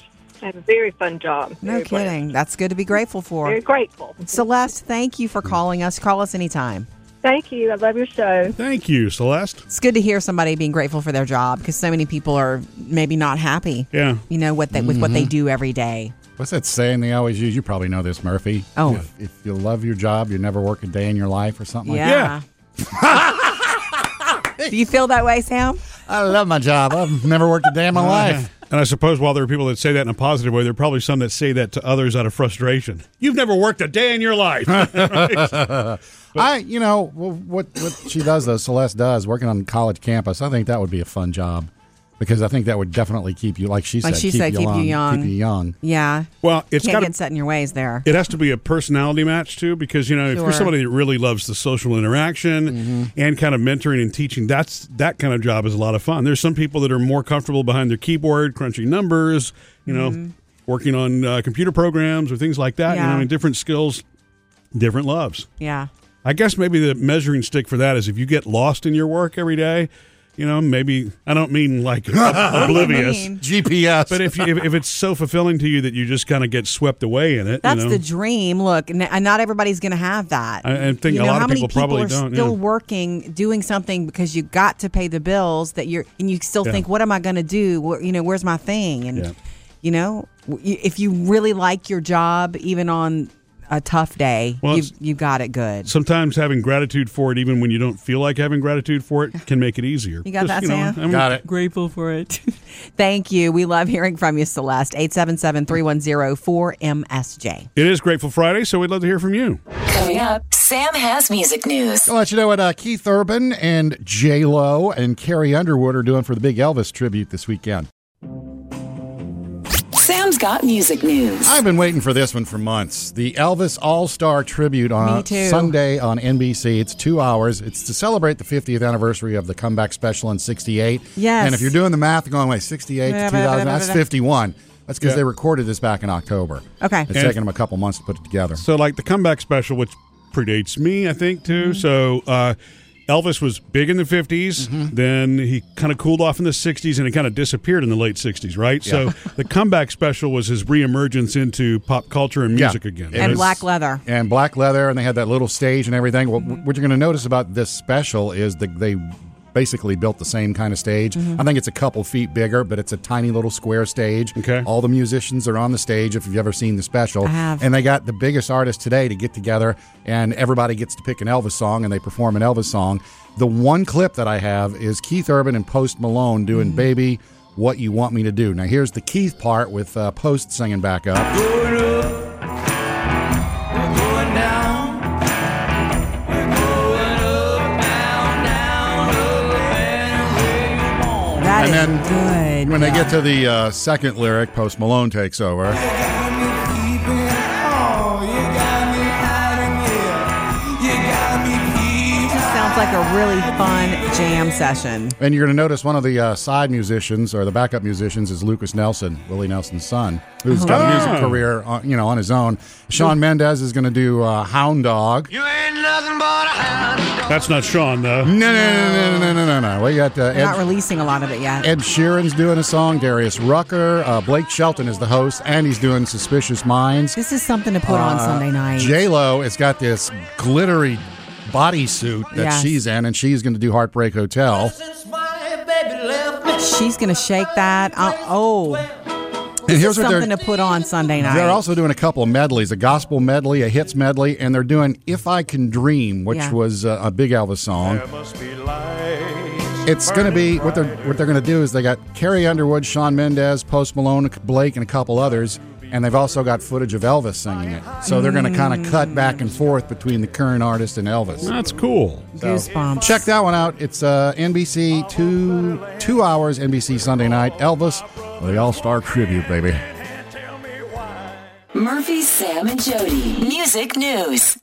M: I have a very fun job.
C: No
M: Very blessed.
C: kidding. That's good to be grateful for.
M: Very grateful.
C: Celeste, thank you
B: Mm.
C: for calling us. Call us anytime.
M: Thank you. I love your show.
B: Thank you, Celeste.
C: It's good to hear somebody being grateful for their job because so many people are maybe not happy.
B: Yeah. Mm-hmm.
C: You know what they with what they
D: Mhm.
C: do every day.
D: What's that saying they always use? You probably know this, Murphy.
C: Oh.
D: If, if you love your job, you never work a day in your life or something like that.
C: Yeah. *laughs* do you feel that way, Sam?
D: I love my job. I've never worked a day
C: *laughs* Oh,
D: in my life.
B: And I suppose while there are people that say that in a positive way, there are probably some that say that to others out of frustration. You've never worked a day in your
D: *laughs*
B: life.
D: I, you know, well, what what she does though, Celeste does working on college campus. I think that would be a fun job because I think that would definitely keep you, like she
C: Like
D: said,
C: she
D: keep
C: said,
D: you
C: keep you
D: young,
C: young.
D: keep you young.
C: Yeah.
B: Well, it's
C: can't
B: gotta-
C: get set in your ways there.
B: It has to be a personality match too, because you know if
C: Sure. Mm-hmm.
B: you're somebody that really loves the social interaction and kind of mentoring and teaching, that's that kind of job is a lot of fun. There's some people that are more comfortable behind their keyboard, crunching numbers, you know, working on uh, computer programs or things like that. You know,
C: Mm-hmm. Yeah.
B: I mean, different skills, different loves.
C: Yeah.
B: I guess maybe the measuring stick for that is if you get lost in your work every day. You know, maybe I don't mean like
C: *laughs*
B: oblivious,
C: mean?
D: GPS.
B: But if, you, if if it's so fulfilling to you that you just kind of get swept away in it,
C: That's
B: you know?
C: the dream. Look, n- and not everybody's going to have that.
B: I- I think
C: you
B: a
C: know,
B: lot of
C: how many
B: people probably
C: are
B: don't,
C: Still
B: yeah.
C: working, doing something because you got to pay the bills that you're, and you still
B: Yeah.
C: think, "What am I going to do? Where, you know, where's my thing?" And
B: Yeah.
C: you know, w- you- if you really like your job, even on a tough day,
B: Well,
C: you've,
B: it's-
C: you got it good.
B: sometimes having gratitude for it, even when you don't feel like having gratitude for it, can make it easier.
C: You got that, Sam?
B: it. *laughs*
C: Grateful for it. Thank you. We love hearing from you, Celeste. 877-310-4MSJ.
B: It is Grateful Friday, so we'd love to hear from you.
F: Coming up, Sam has music news.
D: I'll let you know what uh, Keith Urban and J Lo and Carrie Underwood are doing for the big Elvis tribute this weekend.
F: Sam's got music news.
D: I've been waiting for this one for months. The Elvis All Star Tribute
F: Me
D: on
F: too.
D: Sunday on NBC. It's two hours. It's to celebrate the 50th anniversary of the comeback special in '68.
C: Yes.
D: And if you're doing the math, going away 68 to 2000, that's 51. That's because
B: Yeah.
D: they recorded this back in October.
C: Okay.
D: It's
B: And-
D: taken them a couple months to put it together.
B: So, like the comeback special, which predates me, I think,
C: Mm-hmm.
B: too. So, uh, Elvis was big in the 50s,
C: Mm-hmm.
B: then he kind of cooled off in the 60s, and he kind of disappeared in the late 60s, right?
D: Yeah.
B: So, the comeback special was his reemergence into pop culture and
D: Yeah.
B: music again.
D: It
C: And
D: was-
C: black leather.
D: and black leather, and they had that little stage and everything. Well, What you're going to notice about this special is that they basically built the same kind of stage.
C: Mm-hmm.
D: I think it's a couple feet bigger, but it's a tiny little square stage.
B: Okay.
D: All the musicians are on the stage if you've ever seen the special.
C: I have.
D: And they got the biggest artists today to get together, and everybody gets to pick an Elvis song, and they perform an Elvis song. The one clip that I have is Keith Urban and Post Malone doing
C: Mm.
D: Baby. What you want me to do? Now here's the Keith part with uh, Post singing back up.
C: That is
D: And then
C: good.
D: when they
C: Yeah.
D: get to the uh, second lyric, Post Malone takes over.
C: Just sounds like a really fun jam session.
D: And you're going to notice one of the uh, side musicians or the backup musicians is Lucas Nelson, Willie Nelson's son, who's got
C: Uh-huh.
D: a music
B: Oh.
D: career, on, you know, on his own. Sean Mendez is going to do uh, Hound Dog.
B: That's not Sean, though.
D: No, no, no, no, no, no, no, no. We got uh,
C: They're not
D: Ed,
C: releasing a lot of it yet.
D: Ed Sheeran's doing a song. Darius Rucker, uh, Blake Shelton is the host, and he's doing Suspicious Minds.
C: This is something to put on
D: Uh,
C: Sunday night.
D: J Lo has got this glittery bodysuit that
C: Yes.
D: she's in, and she's going to do Heartbreak Hotel.
C: She's gonna shake that. Uh, oh,
D: And
C: here's
D: here's what they're
C: something to put on Sunday night.
D: they're also doing a couple of medleys, a gospel medley, a hits medley, and they're doing "If I Can Dream," which
C: Yeah.
D: was uh, a big Elvis song. It's going to be what they're what they're going to do is they got Carrie Underwood, Sean Mendez, Post Malone, Blake, and a couple others, and they've also got footage of Elvis singing it. So they're going to kind of cut back and forth between the current artist and
C: Mm.
D: Elvis.
B: That's cool.
D: So,
C: Goosebumps.
D: Check that one out. It's uh, NBC two two hours NBC Sunday night. Elvis, the All Star Tribute, baby.
F: Murphy, Sam, and Jody. Music news.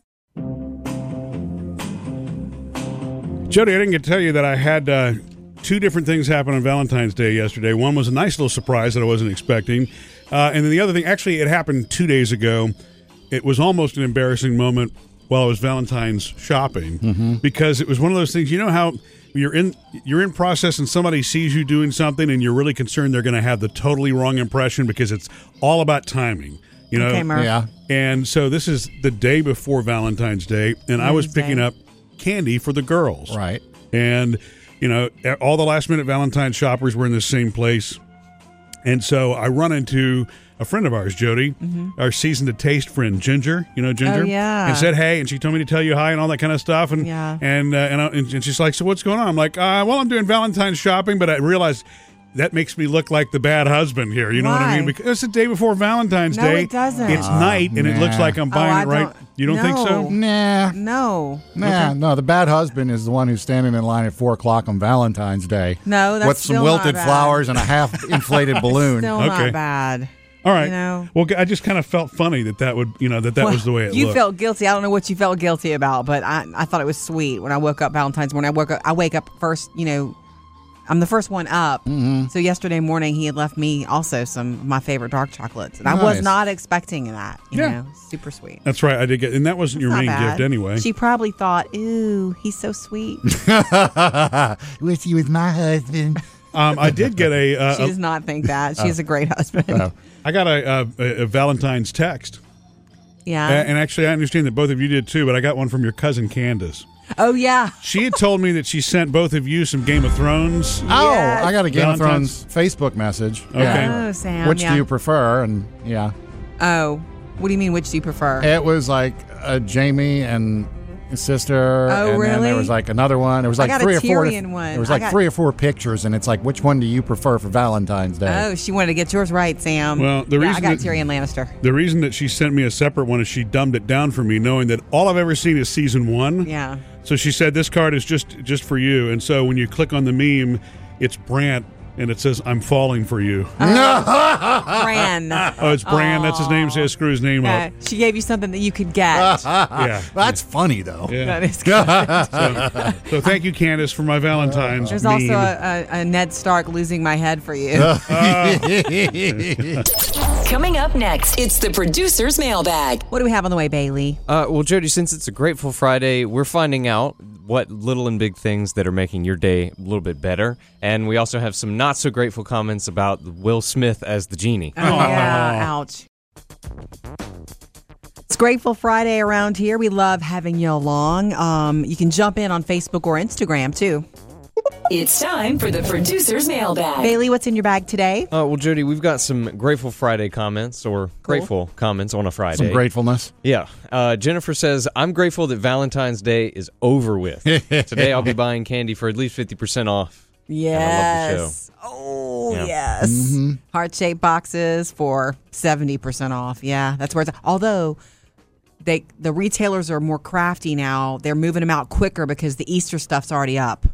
B: Jody, I didn't get to tell you that I had uh, two different things happen on Valentine's Day yesterday. One was a nice little surprise that I wasn't expecting, uh, and then the other thing, actually, it happened two days ago. It was almost an embarrassing moment while I was Valentine's shopping because it was one of those things. You know how you're in you're in process and somebody sees you doing something and you're really concerned they're going to have the totally wrong impression because it's all about timing. You know,
C: Okay, Murph. Yeah.
B: And so this is the day before Valentine's Day, and I was
C: Wednesday.
B: picking up candy for the girls. Right. And, you know, all the last minute Valentine shoppers were in the same place. And so I run into a friend of ours, Jody, our seasoned to taste friend, Ginger. You know Ginger,
C: Mm-hmm. Oh, yeah.
B: and said hey, and she told me to tell you hi and all that kind of stuff, and
C: Yeah.
B: and uh, and, I, and and she's like, so what's going on? I'm like, uh, well, I'm doing Valentine's shopping, but I realized that makes me look like the bad husband here. You know what I mean?
C: Why?
B: Because it's the day before Valentine's
C: No,
B: Day.
C: it doesn't.
B: It's night, and it looks
D: nah.
B: like I'm
D: Oh,
B: buying
C: I
B: it right.
C: don't-
B: you don't think so?
C: No.
D: Nah.
C: No.
D: Nah,
C: Okay.
D: no. The bad husband is the one who's standing in line at four o'clock on Valentine's Day.
C: No, that's
D: with some
C: still not
D: wilted
C: bad.
D: flowers and a
C: *laughs*
D: half inflated balloon.
C: Still
B: Okay.
C: not bad.
B: All right.
C: You know?
B: Well, I just kind of felt funny that that would you know that that was the way it
C: you
B: looked.
C: felt guilty. I don't know what you felt guilty about, but I, I thought it was sweet when I woke up Valentine's morning. I woke up. I wake up first. You know, I'm the first one up. So yesterday morning, he had left me also some of my favorite dark chocolates, and I was
B: Nice.
C: not expecting that. You
B: Yeah.
C: know, super sweet.
B: That's right. I did get, and that wasn't your
C: Not
B: main
C: bad.
B: gift anyway.
C: She probably thought, "Ooh, he's
B: *laughs*
C: so sweet."
D: *laughs* Wish he was my husband.
B: Um, I did get a. Uh,
C: she does not think that. She's a great husband.
B: I got a, a, a Valentine's text,
C: *laughs* yeah.
B: A- and actually, I understand that both of you did too. But I got one from your cousin Candace.
C: oh yeah.
B: She had told me that she sent both of you some Game of Thrones.
D: Oh, I got a Game
B: Valentine's-
D: of Thrones Facebook message.
B: Okay.
C: Oh, Sam,
D: Which
C: yeah.
D: do you prefer? And yeah,
C: Oh, what do you mean? Which do you prefer?
D: it was like uh, Jamie and his sister.
C: Oh,
D: and Then there
C: really?
D: was like another one. There was
C: I
D: like
C: got a
D: three or four.
C: Tyrion one.
D: There was
C: I
D: like
C: got-
D: three or four pictures, and it's like, which one do you prefer for Valentine's Day?
C: Oh, she wanted to get yours right, Sam.
B: Well, the
C: yeah,
B: reason
C: I got
B: that-
C: Tyrion Lannister.
B: The reason that she sent me a separate one is she dumbed it down for me, knowing that all I've ever seen is season one. *laughs*
C: Yeah.
B: So she said this card is just just for you, and so when you click on the meme, it's Brant, and it says "I'm falling for you."
C: Oh, Bran.
B: Oh, it's Brand. That's his name. So it screws his name
C: Yeah,
B: up.
C: she gave you something that you could get.
B: Yeah.
D: That's funny though.
B: Yeah.
C: *laughs* That is good.
B: *laughs* So, so thank you, Candace, for my Valentine's.
C: There's
B: meme.
C: also a, a, a Ned Stark losing my head for you.
F: Coming up next, it's the producer's mailbag.
C: what do we have on the way, Bailey?
E: Oh.
K: Uh, well, Jody, since it's a Grateful Friday, we're finding out what little and big things that are making your day a little bit better. And we also have some not so grateful comments about Will Smith as the genie.
C: Oh, yeah. Ouch. It's Grateful Friday around here. We love having you along. Um, you can jump in on Facebook or Instagram too.
F: It's time for the producer's mailbag.
C: Bailey, what's in your bag today?
K: Uh, well, Jody, we've got some Grateful Friday comments or grateful comments on a Friday.
D: Some gratefulness.
K: Yeah. Uh, Jennifer says, I'm grateful that Valentine's Day is over with. Today I'll be buying candy for at least 50% off. And I love the
C: Yes.
K: show.
C: Oh,
K: Yeah.
C: yes.
B: Mm-hmm.
C: Heart shaped boxes for 70% off. Yeah, that's where it's. Although they the retailers are more crafty now, they're moving them out quicker because the Easter stuff's already up.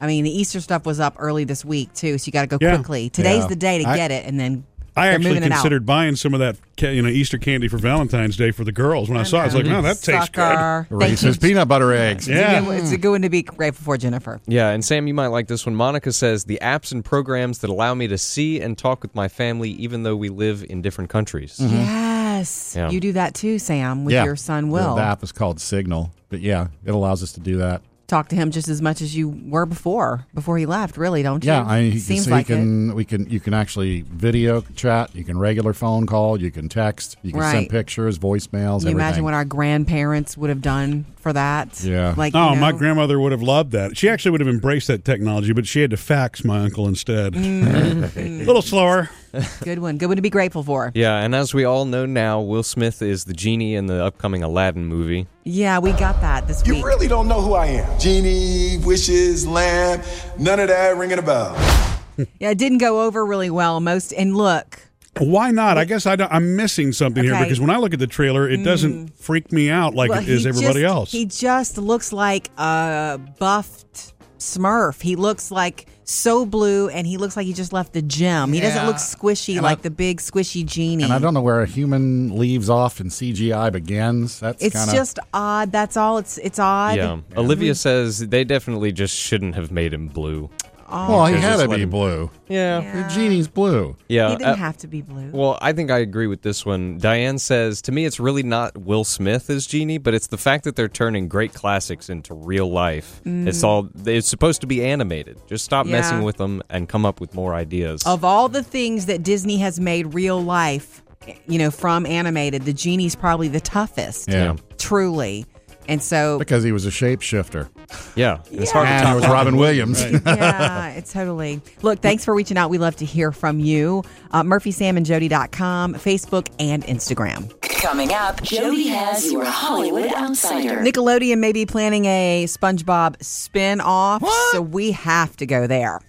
C: I mean, the Easter stuff was up early this week, too, so you got to go
B: Yeah.
C: quickly. Today's
D: Yeah.
C: the day to
D: I-
C: get it, and then
B: I
C: they're
B: actually
C: moving it out.
B: considered buying some of that, ca- you know, Easter candy for Valentine's Day for the girls. When I saw, it, I was like, "No, that tastes
C: Sucker.
B: good."
C: Thank you.
D: Reese's peanut butter eggs.
B: Yeah.
C: It's a good- It's going to be grateful for Jennifer.
K: Yeah, and Sam, you might like this one. Monica says the apps and programs that allow me to see and talk with my family, even though we live in different countries.
B: Mm-hmm.
C: Yes.
K: Yeah.
C: You do that too, Sam, with
D: Yeah.
C: your son,
D: The-
C: Will.
D: The, app is called Signal, but yeah, it allows us to do that.
C: talk to him just as much as you were before before he left really don't you
D: Yeah, I he can-
C: seems
D: so he
C: like it
D: can we can you can actually video chat, you can regular phone call, you can text, you can
C: Right.
D: send pictures, voicemails,
C: can you
D: everything.
C: imagine what our grandparents would have done for that
D: Yeah.
C: like
B: Oh,
C: you know,
B: my grandmother would have loved that. She actually would have embraced that technology, but she had to fax my uncle instead. *laughs*
C: Mm-hmm.
B: a little slower.
C: good one good one to be grateful for
K: Yeah, Uh, and as we all know now, Will Smith is the genie in the upcoming Aladdin movie.
C: yeah we got that this
A: You
C: week
A: really don't know who I am. Genie, wishes, lamb, none of that ringing a bell.
C: *laughs* yeah it didn't go over really well most and look
B: Why not? I guess I don't, I'm missing something here
C: Okay. Mm.
B: because when I look at the trailer, it doesn't freak me out like
C: well,
B: it is
C: he
B: everybody
C: just-
B: else.
C: he just looks like a buffed smurf he looks like so blue, and he looks like he just left the gym. He doesn't
D: Yeah.
C: look squishy
D: And I-
C: like the big squishy genie.
D: And I don't know where a human leaves off and CGI begins. That's
C: It's
D: kinda,
C: just odd. That's all. It's it's odd.
K: Yeah. Olivia says they definitely just shouldn't have made him blue.
C: Oh.
D: well, he
K: Because
D: had
K: it's
D: to be
K: letting-
D: blue.
K: Yeah.
D: the genie's blue.
K: Yeah.
C: He didn't
K: uh,
C: have to be blue.
K: Well, I think I agree with this one. Diane says, to me, it's really not Will Smith as Genie, but it's the fact that they're turning great classics into real life.
C: Mm.
K: It's all, it's supposed to be animated. Just stop
C: Yeah.
K: messing with them and come up with more ideas.
C: Of all the things that Disney has made real life, you know, from animated, the genie's probably the toughest.
D: Yeah.
C: Truly. And so,
D: Because he was a shapeshifter.
K: Yeah. It's hard to
D: and
K: top
D: it was
K: Robin
D: Robin Williams.
C: yeah, *laughs* it's totally. Look, thanks for reaching out. We love to hear from you. Uh, MurphySamandJody.com, Facebook, and Instagram.
F: Coming up, Jody has your Hollywood Outsider.
C: Nickelodeon may be planning a SpongeBob spin off, so we have to go there.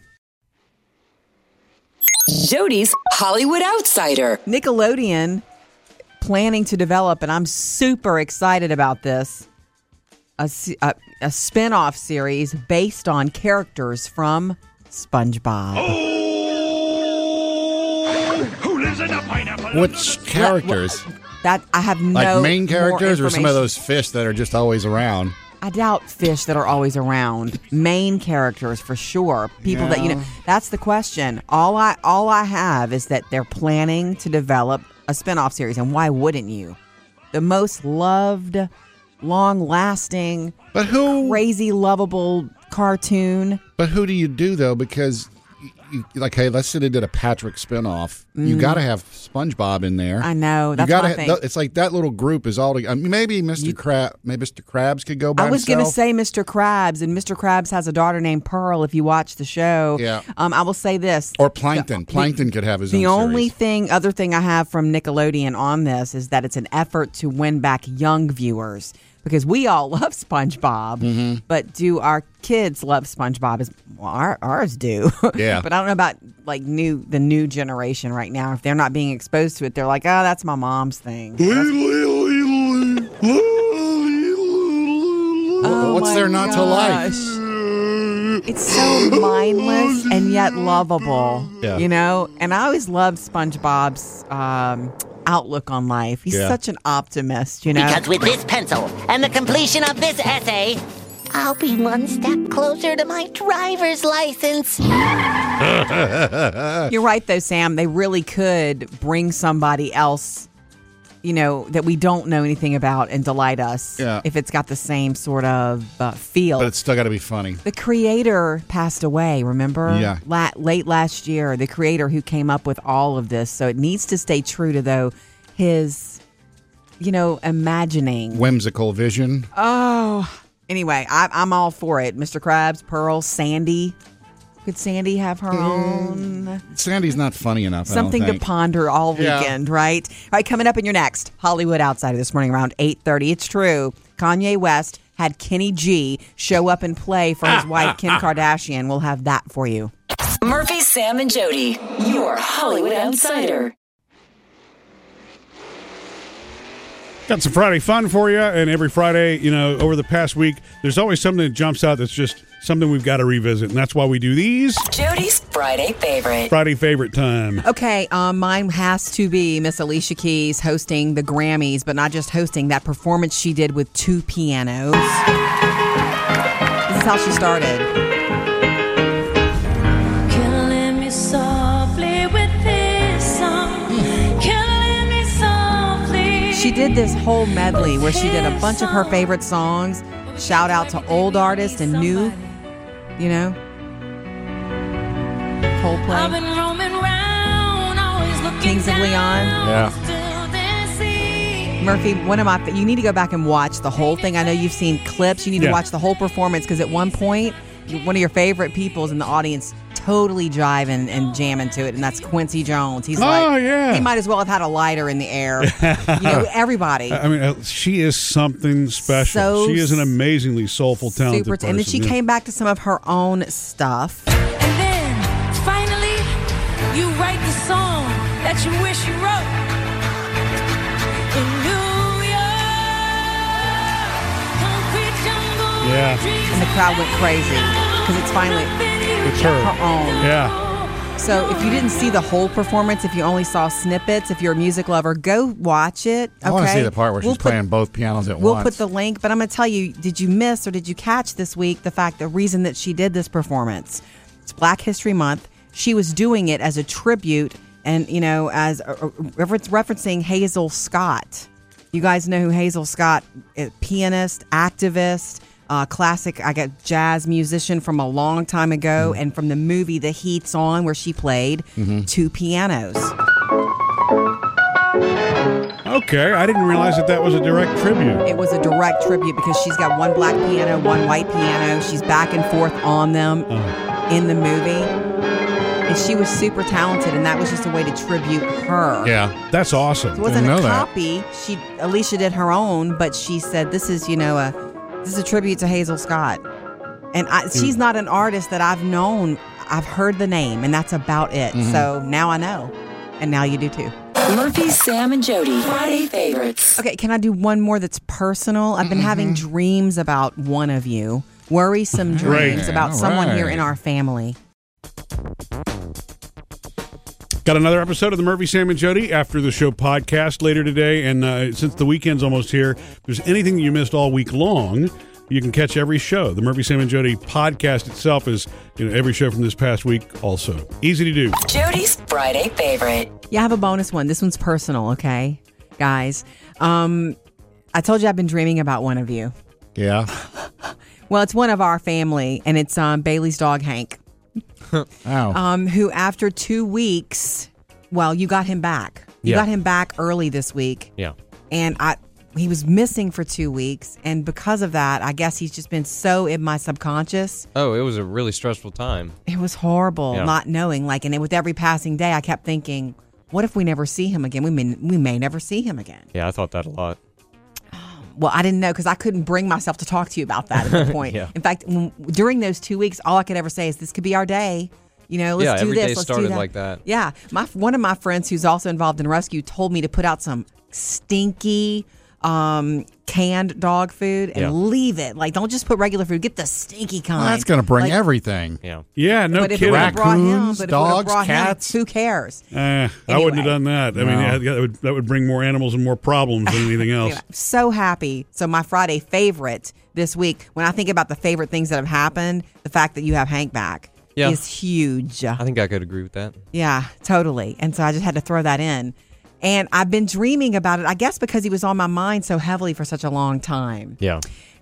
F: Jody's Hollywood Outsider.
C: Nickelodeon planning to develop, and I'm super excited about this. A, se- a, a spin off series based on characters from SpongeBob.
D: Oh.
N: Who lives in a
D: *laughs*
N: pineapple?
D: Which characters?
C: That I have no
D: Like main
C: more
D: characters or some
C: information.
D: of those fish that are just always around?
C: I doubt fish that are always around. Main characters for sure. People that you know.
D: Yeah.
C: That's the question. All I all I have is that they're planning to develop a spin-off series and why wouldn't you? The most loved, long-lasting,
D: but who
C: crazy lovable cartoon.
D: But who do you do though? Because you, you, like, hey, let's say they did a Patrick spinoff. You
C: Mm.
D: got to have SpongeBob in there.
C: I know. That's
D: you gotta
C: my
D: ha-
C: thing.
D: th- It's like that little group is all. I mean, maybe Mr. Crab, maybe Mr. Krabs could go by
C: I was going to
D: himself.
C: say Mr. Krabs, and Mr. Krabs has a daughter named Pearl. If you watch the show,
D: Yeah.
C: Um, I will say this:
D: or Plankton. Plankton could have his
C: The
D: own
C: only thing, other thing I have from Nickelodeon on this is that it's an effort to win back young viewers because we all *laughs* love SpongeBob,
D: Mm-hmm.
C: but do our kids love SpongeBob? As well, our, ours do. *laughs*
D: Yeah.
C: but I don't know about like new the new generation right now. If they're not being exposed to it, they're like, oh, that's my mom's thing. oh
D: Wh- What's there not to like?
C: It's so mindless and yet lovable.
D: Yeah.
C: You know? And I always loved SpongeBob's um, outlook on life. He's
O: Yeah.
C: such an optimist, you know?
O: Because with this pencil and the completion of this essay, I'll be one step closer to my driver's license.
C: You're right, though, Sam. They really could bring somebody else, you know, that we don't know anything about and delight us
D: Yeah.
C: if it's got the same sort of uh, feel.
D: But it's still got to be funny.
C: The creator passed away, remember?
D: Yeah.
C: La- late last year, the creator who came up with all of this. So it needs to stay true to, though, his, you know, imagining.
D: Whimsical vision.
C: Oh, anyway, I, I'm all for it. Mr. Krabs, Pearl, Sandy. Could Sandy have her own
D: Sandy's not funny enough. I Mm-hmm. don't
C: something to
D: think.
C: ponder all
D: Yeah.
C: weekend, right? All right, coming up in your next Hollywood Outsider this morning around 8:30. It's true. Kanye West had Kenny G show up and play
D: *laughs*
C: for his wife Kim Kardashian. We'll have that for you.
F: Murphy, Sam, and Jody, your Hollywood Outsider.
B: Got some Friday fun for you, and every Friday, you know, over the past week, there's always something that jumps out that's just something we've got to revisit, and that's why we do these
F: Jody's Friday favorite.
B: Friday favorite time.
C: Okay, um, mine has to be Miss Alicia Keys hosting the Grammys, but not just hosting that performance she did with two pianos. This is how she started.
N: Killing me softly with this song. Killing me softly.
C: She did this whole medley where she did a bunch of her favorite songs. Shout out to old artists and new, you know,
N: I've
C: Coldplay,
N: been roaming round, always looking
C: Kings of Leon.
D: Yeah.
N: to the sea.
C: Murphy, one of my, fa- you need to go back and watch the whole thing. I know you've seen clips. You need
B: Yeah.
C: to watch the whole performance because at one point, you- one of your favorite people's in the audience totally jiving and jamming to it, and that's Quincy Jones. He's
B: Oh,
C: like,
B: yeah.
C: he might as well have had a lighter in the
B: *laughs*
C: air. you know, everybody.
B: I mean, uh, she is something special.
C: So
B: she is an amazingly soulful, talented
C: Super,
B: person.
C: and then she
B: yeah.
C: came back to some of her own stuff.
N: And then, finally, you write the song that you wish you wrote. In New York, concrete jungle.
B: Yeah.
C: And the crowd went crazy. because it's finally
B: It's her.
C: own.
B: Yeah.
C: So if you didn't see the whole performance, if you only saw snippets, if you're a music lover, go watch it. Okay?
D: I want to see the part where
C: We'll
D: she's
C: put-
D: playing both pianos at
C: We'll
D: once.
C: put the link, but I'm going to tell you did you miss or did you catch this week the fact the reason that she did this performance? It's Black History Month. She was doing it as a tribute and, you know, as a, a- reference- referencing Hazel Scott. You guys know who Hazel Scott is pianist, activist, uh, classic, I got jazz musician from a long time ago
D: Mm-hmm.
C: and from the movie The Heat's On, where she played two pianos.
B: Okay, I didn't realize that that was a direct tribute.
C: It was a direct tribute because she's got one black piano, one white piano. She's back and forth on them in the movie. And she was super talented, and that was just a way to tribute her.
B: Yeah, that's awesome.
C: It wasn't a copy. She Alicia did her own, but she said this is, you know, a this is a tribute to Hazel Scott. And I,
B: Mm.
C: she's not an artist that I've known. I've heard the name, and that's about it.
F: Mhm.
C: So now I know, and now you do too.
F: Murphy, Sam, and Jody. Friday favorites.
C: Okay, can I do one more that's personal? I've been having dreams about one of you, worrisome
B: Great.
C: dreams about
B: Mm-hmm. All
C: someone
B: right.
C: here in our family.
B: Got another episode of the Murphy, Sam, and Jody after the show podcast later today. And uh, since the weekend's almost here, if there's anything you missed all week long, you can catch every show. The Murphy, Sam, and Jody podcast itself is you know every show from this past week. Also easy to do.
F: Jody's Friday favorite.
C: Yeah, I have a bonus one. This one's personal, okay, guys. Um, I told you I've been dreaming about one of you.
D: yeah.
C: Well, it's one of our family, and it's um, Bailey's dog Hank,
D: Ow.
C: um, who after two weeks, well, you got him back. You
K: Yeah.
C: got him back early this week.
K: Yeah.
C: and I he was missing for two weeks, and because of that, I guess he's just been so in my subconscious.
K: Oh, it was a really stressful time.
C: It was horrible
K: Yeah.
C: not knowing. Like, and it, with every passing day, I kept thinking, "What if we never see him again? We may, we may never see him again."
K: Yeah, I thought that a lot.
C: Well, I didn't know because I couldn't bring myself to talk to you about that
K: *laughs*
C: at that point.
K: Yeah.
C: In fact, when, during those two weeks, all I could ever say is, "This could be our day." You know, let's
K: yeah,
C: do
K: every
C: this.
K: day
C: let's
K: started
C: do that.
K: like that.
C: Yeah, my one of my friends who's also involved in rescue told me to put out some stinky um canned dog food and
D: Yeah.
C: leave it. Like, don't just put regular food. Get the stinky kind.
D: Well, that's going to bring
C: Like,
D: everything.
K: Yeah.
B: Yeah, no
C: but if it
B: kidding.
C: would have brought him,
D: Raccoons,
C: but if it would have
D: dogs,
C: brought
D: cats.
C: him, who cares?
B: Eh, I wouldn't have done that. I mean,
D: No.
B: yeah, that would that would bring more animals and more problems than
C: *laughs*
B: anything else.
C: Anyway, so happy. So my Friday favorite this week, when I think about the favorite things that have happened, the fact that you have Hank back
K: Yeah.
C: is huge. I
K: think I could agree with that.
C: Yeah, totally. And so I just had to throw that in. And I've been dreaming about it, I guess because he was on my mind so heavily for such a long time.
K: Yeah.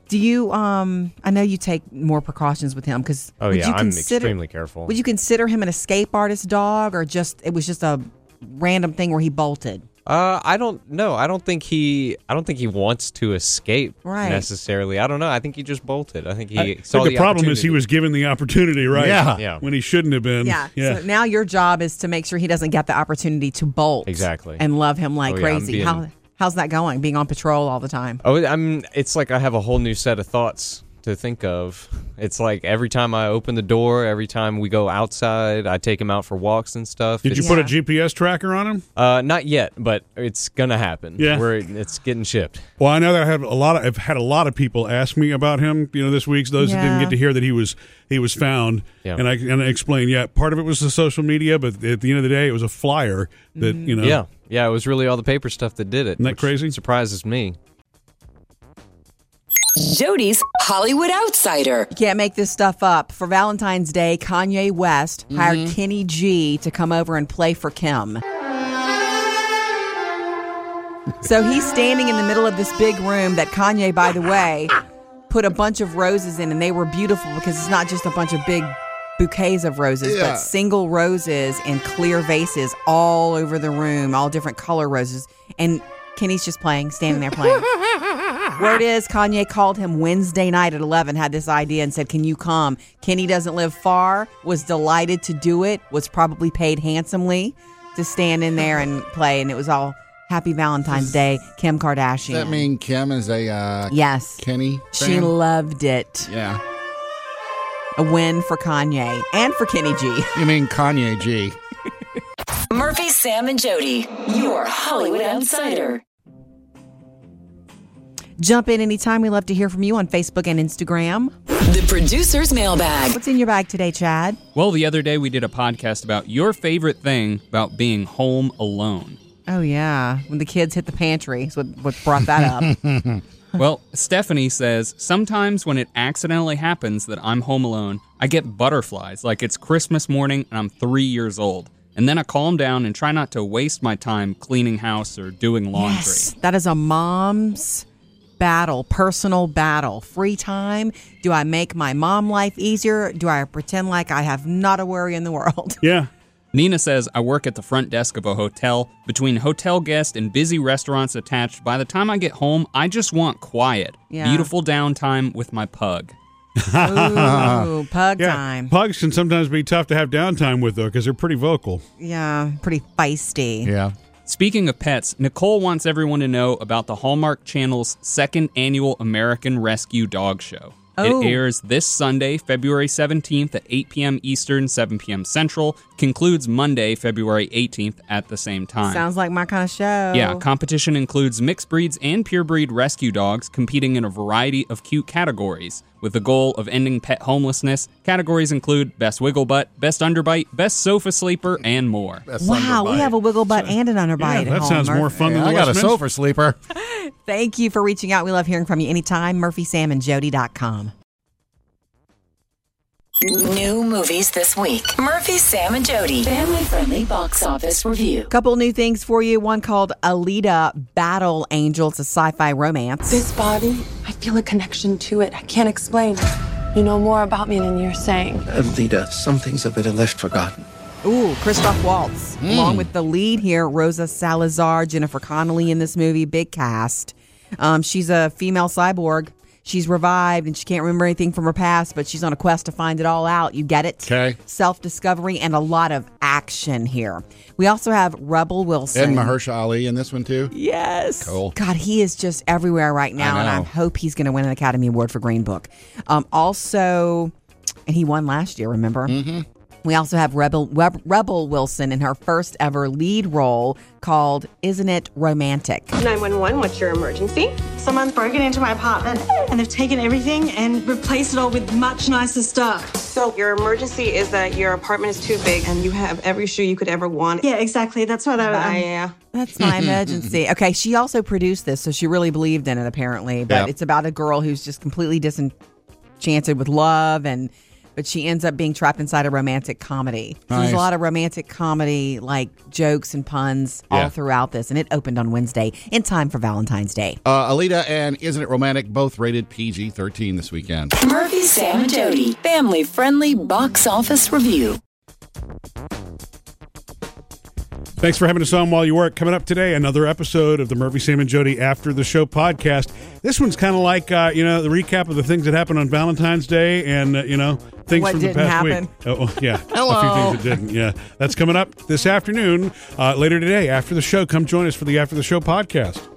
C: Do you um I know you take more precautions with him cuz
K: Oh, yeah,
C: you
K: I'm
C: consider-
K: extremely careful.
C: Would you consider him an escape artist dog or just it was just a random thing where he bolted?
K: Uh, I don't know. I don't think he. I don't think he wants to escape
C: Right.
K: necessarily. I don't know. I think he just bolted. I think he
B: I think
K: saw
B: the, problem is he
K: opportunity.
B: was given the opportunity, right?
K: Yeah. Yeah.
B: When he shouldn't have
K: *laughs*
B: been.
C: Yeah.
B: Yeah.
C: So now your job is to make sure he doesn't get the opportunity to bolt.
K: Exactly.
C: And love him like
K: Oh, yeah, I'm
C: crazy.
K: being-
C: How how's that going being on patrol all the time?
K: Oh, I'm. It's like I have a whole new set of thoughts to think of. It's like every time I open the door, every time we go outside, I take him out for walks and stuff.
B: Did you
K: It's-
B: put a GPS tracker on him?
K: Uh, not yet, but it's gonna happen.
B: Yeah.
K: We're, it's getting shipped.
B: Well, I know that I have a lot. Of, I've had a lot of people ask me about him. You know, this week's those that didn't
K: Yeah.
B: get to hear that he was he was found,
K: Yeah.
B: and I and I explained. Yeah, part of it was the social media, but at the end of the day, it was a flyer that
C: Mm-hmm.
B: you know.
K: Yeah. Yeah. It was really all the paper stuff that did it.
B: Isn't that
K: which
B: crazy?
K: Surprises me.
F: Jody's Hollywood Outsider.
C: You can't make this stuff up. For Valentine's Day, Kanye West hired Kenny G to come over and play for Kim. So he's standing in the middle of this big room that Kanye, by the way, put a bunch of roses in, and they were beautiful because it's not just a bunch of big bouquets of roses,
F: Yeah.
C: but single roses in clear vases all over the room, all different color roses. And Kenny's just playing, standing
D: *laughs*
C: there playing. Word is Kanye called him Wednesday night at 11, had this idea and said, Can you come? Kenny doesn't live far, was delighted to do it, was probably paid handsomely to stand in there and play. And it was all Happy Valentine's Day, Kim Kardashian.
D: Does that mean Kim is a uh,
C: Yes.
D: Kenny?
C: She
D: fan?
C: loved it.
D: Yeah.
C: A win for Kanye and for Kenny G.
D: You mean Kanye G?
F: Murphy, Sam, and Jody. Your Hollywood Outsider.
C: Jump in anytime. We love to hear from you on Facebook and Instagram.
F: The producer's mailbag.
C: What's in your bag today, Chad?
P: Well, the other day we did a podcast about your favorite thing about being home alone.
C: Oh, yeah. When the kids hit the pantry is what, what brought *laughs* that up.
P: well, Stephanie says sometimes when it accidentally happens that I'm home alone, I get butterflies like it's Christmas morning and I'm three years old. And then I calm down and try not to waste my time cleaning house or doing laundry.
C: Yes, that is a mom's battle, personal battle. Free time. Do I make my mom life easier? Do I pretend like I have not a worry in the world?
B: Yeah.
P: Nina says, I work at the front desk of a hotel. Between hotel guests and busy restaurants attached, by the time I get home, I just want quiet,
C: Yeah.
P: beautiful downtime with my pug.
C: *laughs* Ooh, *laughs* pug time.
B: Pugs can sometimes be tough to have downtime with, though, because they're pretty vocal.
C: Yeah, pretty feisty.
B: Yeah.
P: Speaking of pets, Nicole wants everyone to know about the Hallmark Channel's second annual American Rescue Dog Show.
C: Oh.
P: It airs this Sunday, February 17th at 8 p.m. Eastern, 7 p.m. Central, concludes Monday, February 18th at the same time.
C: Sounds like my kind of show.
P: Yeah, competition includes mixed breeds and pure breed rescue dogs competing in a variety of cute categories with the goal of ending pet homelessness. Categories include best wiggle butt, best underbite, best sofa sleeper, and more.
C: wow, we have a wiggle butt and an underbite. at home, Murph.
D: I got a sofa sleeper.
C: Thank you for reaching out. We love hearing from you anytime. MurphySamandJody.com.
F: New movies this week. Murphy, Sam, and Jody. Family friendly box office review.
C: Couple new things for you. One called Alita Battle Angel. It's a sci fi romance.
G: This body, I feel a connection to it. I can't explain. You know more about me than you're saying.
H: Alita, some things have been left forgotten.
C: Ooh, Christoph Waltz,
H: Mm.
C: along with the lead here, Rosa Salazar, Jennifer Connelly in this movie, big cast. Um, she's a female cyborg. She's revived and she can't remember anything from her past, but she's on a quest to find it all out. You get it? Okay. Self discovery and a lot of action here. We also have Rebel Wilson.
D: And Mahershala Ali in this one too.
C: Yes.
D: Cool.
C: God, he is just everywhere right now, and I
D: know.
C: hope he's going to win an Academy Award for Green Book. Um, also, and he won last year, remember? Mm-hmm. We also have Rebel, Reb- Rebel Wilson in her first ever lead role called Isn't It Romantic?
J: 911, what's your emergency? Someone's broken into my apartment and they've taken everything and replaced it all with much nicer stuff.
I: So your emergency is that your apartment is too big and you have every shoe you could ever want.
J: Yeah, exactly. That's what I.
I: Ah,
J: um,
I: yeah.
C: That's my emergency. Okay, she also produced this, so she really believed in it, apparently. But
J: Yeah.
C: it's about a girl who's just completely disenchanted with love, and but she ends up being trapped inside a romantic comedy. So There's
J: Nice.
C: a lot of romantic comedy, like jokes and puns,
D: Yeah.
C: all throughout this, and it opened on Wednesday in time for Valentine's Day.
D: Uh, Alita and Isn't It Romantic both rated PG 13 this weekend.
F: Murphy, Sam, and Jody. Family friendly box office review.
B: Thanks for having us on while you work. Coming up today, another episode of the Murphy, Sam, and Jody After the Show podcast. This one's kind of like, uh, you know, the recap of the things that happened on Valentine's Day and, uh, you know, things
C: What
B: from the
C: didn't
B: past
C: happen.
B: week. Oh, oh,
C: *laughs*
B: yeah.
C: Hello.
B: A few things that didn't. Yeah. That's coming up this afternoon, uh, later today, after the show. Come join us for the After the Show podcast.